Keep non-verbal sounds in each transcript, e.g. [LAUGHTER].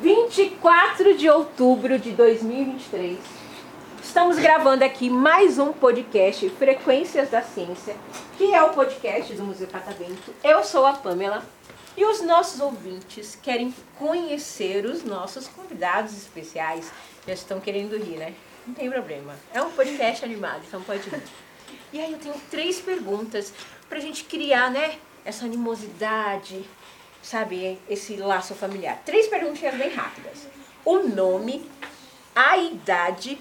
24 de outubro de 2023. Estamos gravando aqui mais um podcast Frequências da Ciência, que é o podcast do Museu Catavento. Eu sou a Pamela e os nossos ouvintes querem conhecer os nossos convidados especiais. Já estão querendo rir, né? Não tem problema. É um podcast animado, então pode rir. E aí eu tenho três perguntas pra gente criar, né? Essa animosidade, sabe, esse laço familiar. Três perguntinhas bem rápidas. O nome, a idade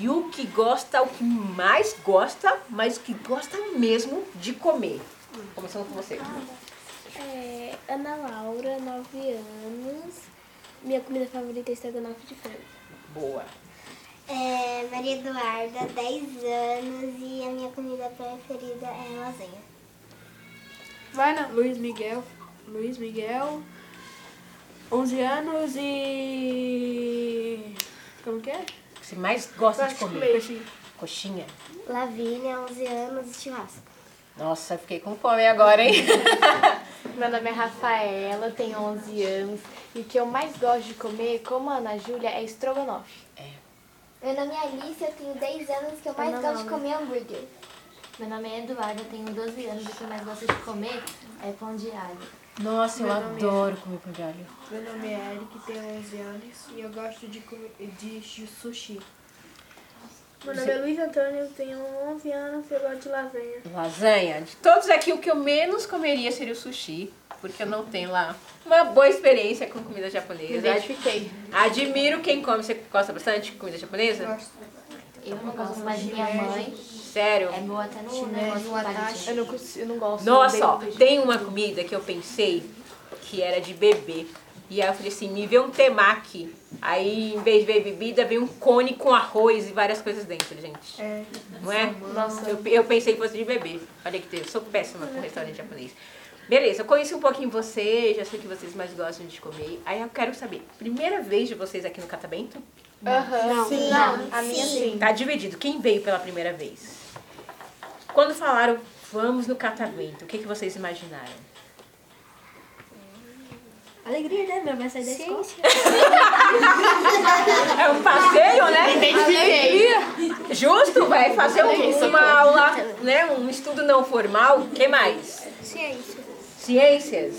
e o que gosta, o que mais gosta, mas o que gosta mesmo de comer. Começando com você. É, Ana Laura, 9 anos. Minha comida favorita é estrogonofe de frango. Boa. É, Maria Eduarda, 10 anos e a minha comida preferida é lasanha. Vai na Luiz Miguel. Luiz Miguel, 11 anos e. Como que é? O que você mais gosta de Gosto de comer? comer. Coxinha. Lavínia, 11 anos e churrasco. Nossa, fiquei com fome agora, [LAUGHS] hein? Meu nome é Rafaela, tenho 11 anos e o que eu mais gosto de comer, como a Ana Júlia, é estrogonofe. Meu nome é Alice, eu tenho 10 anos que eu mais gosto de comer hambúrguer. Meu nome é Eduardo, eu tenho 12 anos e o que eu mais gosto de comer é pão de alho. Nossa, eu adoro comer pão de alho. Meu nome é Eric, tenho 11 anos e eu gosto de comer de sushi. Meu nome é Luiz Antônio, tenho 11 anos e eu gosto de lasanha. Lasanha. De todos aqui, o que eu menos comeria seria o sushi. Porque eu não tenho lá uma boa experiência com comida Me japonesa. identifiquei. Admiro quem come. Você gosta bastante de comida japonesa? Eu não gosto mais de minha mãe, Sério? é boa até no negócio do espaguete. Eu não, cons- eu não gosto. Nossa, ó, não bebo tem uma comida que eu pensei que era de bebê. E aí eu falei assim, me vê um temaki. Aí, em vez de ver bebida, vem um cone com arroz e várias coisas dentro, gente. É. Não é? Nossa. Eu, eu pensei que fosse de bebê. Olha que Deus, sou péssima com restaurante japonês. Beleza, eu conheci um pouquinho vocês, já sei que vocês mais gostam de comer. Aí eu quero saber, primeira vez de vocês aqui no Catamento? Aham. Sim. A minha sim. Tá dividido, quem veio pela primeira vez? Quando falaram, vamos no Catavento, o que, que vocês imaginaram? Alegria, né? Minha mãe sai da escola. É um passeio, né? Identifiquei. Justo, vai fazer um, uma aula, né? Um estudo não formal. que mais? Ciências. Ciências.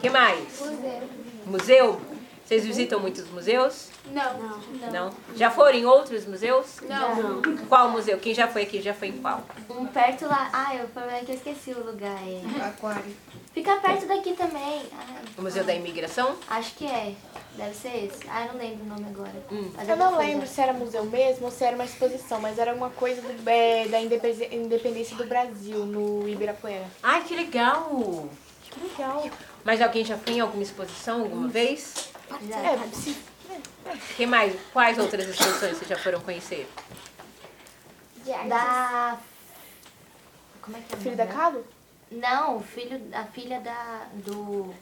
que mais? Museu. Museu? Vocês visitam muitos museus? Não. Não. Já foram em outros museus? Não. Qual museu? Quem já foi aqui já foi em qual? Um perto lá, ai, o problema é que eu esqueci o lugar. É. Aquário. Fica perto daqui também. Ai, O Museu da Imigração? acho que é. Deve ser esse. Ai, não lembro o nome agora. Mas Eu alguma não coisa. lembro se era museu mesmo ou se era uma exposição, mas era alguma coisa do- é, da indepese- independência do Brasil, no Ibirapuera. Ai, que legal! Que legal! Mas alguém já foi em alguma exposição alguma vez? Já. É, se- que mais? Quais outras exposições vocês já foram conhecer? Da. Como é que é? o filho nome da dela? Cado? Não, o filho, a filha da. do.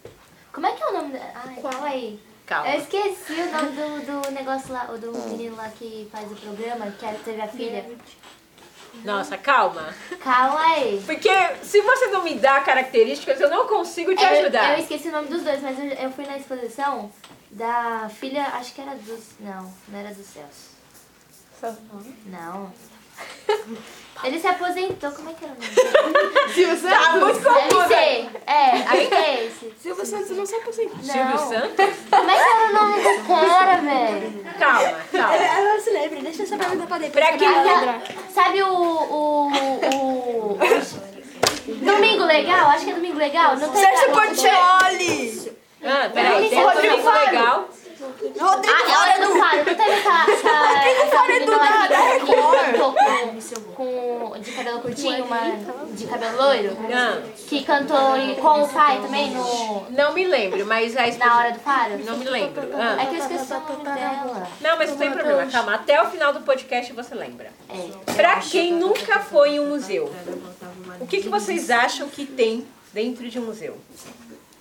Como é que é o nome da. Ai, calma aí. Calma. Eu esqueci o nome do, do negócio lá, o do Hum. menino lá que faz o programa, que era- teve a filha. Nossa, calma. Calma aí. Porque se você não me dá características, eu não consigo te Eu- ajudar. Tá Eu, esqueci o nome dos dois, mas eu, eu fui na exposição da filha, acho que era dos. Não, não era dos céus. Uhum. Não. [LAUGHS] Ele se aposentou, como é que era o nome? dele? Silvio Santos? Muito Deve confusa. ser. É, acho que é esse. Silvio Santos não sabe assim. Silvio Não. Santos? Como é que era o nome do cara, [LAUGHS] velho? Calma, calma. Ela se lembra, deixa essa pergunta pra depois. Pra quem Aquela- Sabe o. o. [LAUGHS] o. Domingo Legal? Acho que é Domingo Legal? Não tem Sérgio nada. Portioli! Ah, peraí, tem Não, outro Rodrigo amigo legal. Rodrigo Ah, é [LAUGHS] hora do faro. Não teve essa. essa essa Faro é do menina lá nada, é que- Record. que cantou com, com. de cabelo curtinho, uma. de cabelo loiro. Ah, Que cantou em- com o pai também no. não me lembro, mas a na exposição. hora do faro. Não me lembro. É Ah, que eu esqueci o nome dela. não, mas não tem problema, calma. Até o final do podcast você lembra. É. Pra quem nunca foi em um museu, o que, que vocês acham que tem dentro de um museu?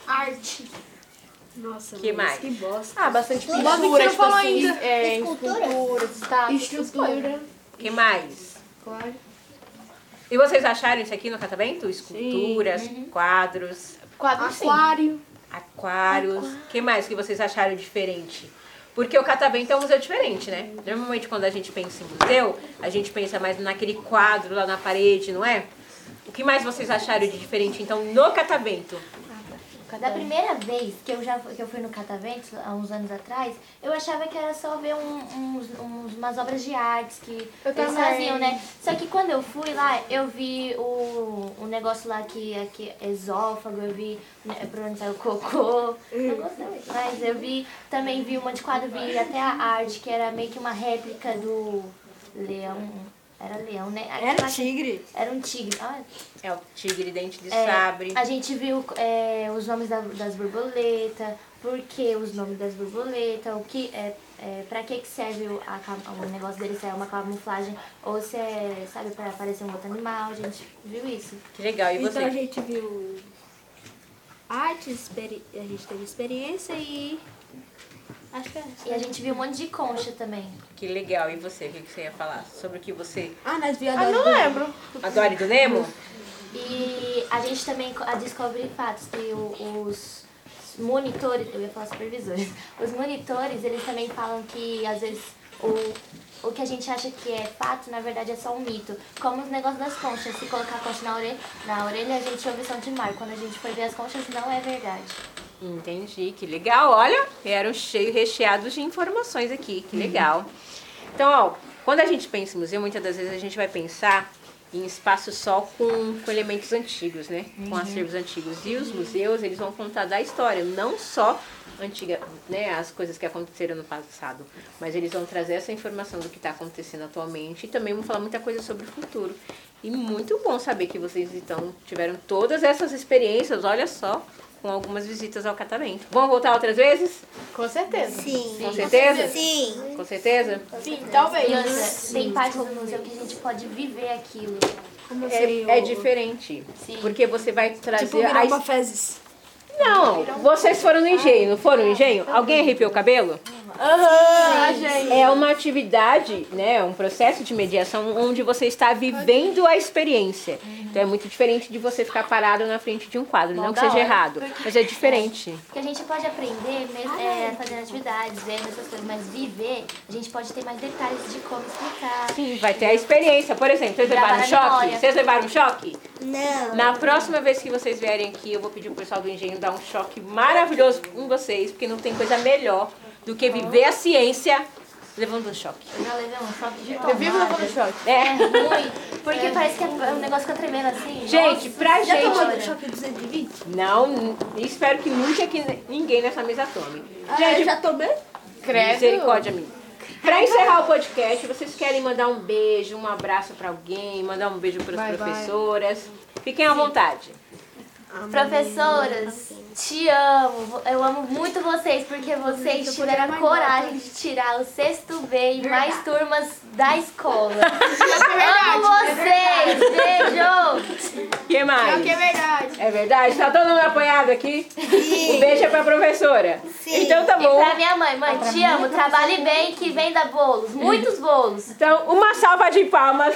Arte. Nossa, Que mais? que bosta. Ah, bastante Bob, pintura, você não tipo falou assim, ainda. é, Escultura? escultura, estátua, essas coisas. Estrutura, que mais? claro. E vocês acharam isso aqui no catamento? Esculturas, Uhum. quadros, Quadro, sim. Aquário. aquários. que mais que vocês acharam diferente? Porque o catavento é um museu diferente, né? Normalmente quando a gente pensa em museu, a gente pensa mais naquele quadro lá na parede, não é? O que mais vocês acharam de diferente, então, no catavento? Da primeira vez que eu, já, fui- que eu fui no Catavento, há uns anos atrás, eu achava que era só ver um- uns, uns- umas obras de artes que Eu eles também. faziam, né? Só que quando eu fui lá, eu vi o, o negócio lá que, que é esófago, eu vi né, pra onde sai o cocô. Não gostei muito. Mas eu vi, também vi um monte de quadro, vi até a arte, que era meio que uma réplica do leão. Era leão, né? Aquela- tigre. Era um tigre. Ah, É o tigre dente de é, sabre. A gente viu é, os nomes da- das borboletas, por que os nomes das borboletas, o que é, é para que que serve o, a cam- o negócio dele, se é uma camuflagem ou se é, sabe, para aparecer um outro animal, a gente viu isso. Que legal. E Então a você? gente viu arte, experi- a gente teve experiência e. Acho que é isso. E a gente viu um monte de concha também. Que legal. E você? O que que você ia falar? Sobre o que você... Ah, nós viu a Ah, não Dory lembro. Adore do Nemo? E a gente também co- a descobre fatos que o- os monitores, eu ia falar supervisores, [LAUGHS] os monitores, eles também falam que às vezes o, o que a gente acha que é fato, na verdade é só um mito. Como os negócios das conchas, se colocar a concha na orelha, na orelha a gente ouve som de mar. Quando a gente foi ver as conchas, não é verdade. Entendi, que legal. Olha, vieram cheio, recheados de informações aqui, que legal. Então, ó, quando a gente pensa em museu, muitas das vezes a gente vai pensar em espaço só com, com elementos antigos, né? Com acervos antigos. E os museus, eles vão contar da história, não só antiga, né, as coisas que aconteceram no passado, mas eles vão trazer essa informação do que está acontecendo atualmente e também vão falar muita coisa sobre o futuro. E muito bom saber que vocês então tiveram todas essas experiências, olha só, com algumas visitas ao catamento. Vão voltar outras vezes? Com certeza. Sim. Com certeza? Sim. Com certeza? Sim, talvez. E outra, tem parte do museu que a gente pode viver aquilo. Como assim, o- É, é diferente. Sim. Porque você vai trazer Tipo, virar a uma fezes. Não, vocês foram no engenho, não foram no engenho? Alguém arrepiou o cabelo? Aham, a gente. É uma atividade, né, um processo de mediação onde você está vivendo a experiência. Então é muito diferente de você ficar parado na frente de um quadro, Bom, não que da seja hora. errado, mas é diferente. Porque a gente pode aprender mesmo, é, fazendo atividades, vendo essas coisas, mas viver, a gente pode ter mais detalhes de como explicar. Sim, vai ter a experiência. Por exemplo, vocês Gravar levaram um na choque? memória. Vocês levaram um choque? Não. Na próxima vez que vocês vierem aqui, eu vou pedir pro pessoal do engenho dar um choque maravilhoso em vocês, porque não tem coisa melhor do que viver a ciência levando um choque. Eu já levei um choque de Eu vivo tomada. levando choque. É. Muito. Porque parece que é um negócio que eu tremendo assim. Gente, pra já gente- tomou Choque 220? Não, n- espero que nunca que ninguém nessa mesa tome. Ah, eu já tomei? Credo. Misericórdia, amigo. Pra encerrar o podcast, vocês querem mandar um beijo, um abraço pra alguém, mandar um beijo pras Vai, vai. professoras. Fiquem à vontade. Professoras, te amo. Eu amo muito vocês, porque vocês tiveram a coragem de tirar o sexto B e mais turmas da [LAUGHS] escola. É amo vocês! Beijo! que mais? Que é verdade. É verdade? Tá todo mundo apoiado aqui? O beijo é pra professora. Então tá E bom. pra minha mãe, mãe, te amo, trabalhe bem que venda bolos, muitos bolos. Então, uma salva de palmas.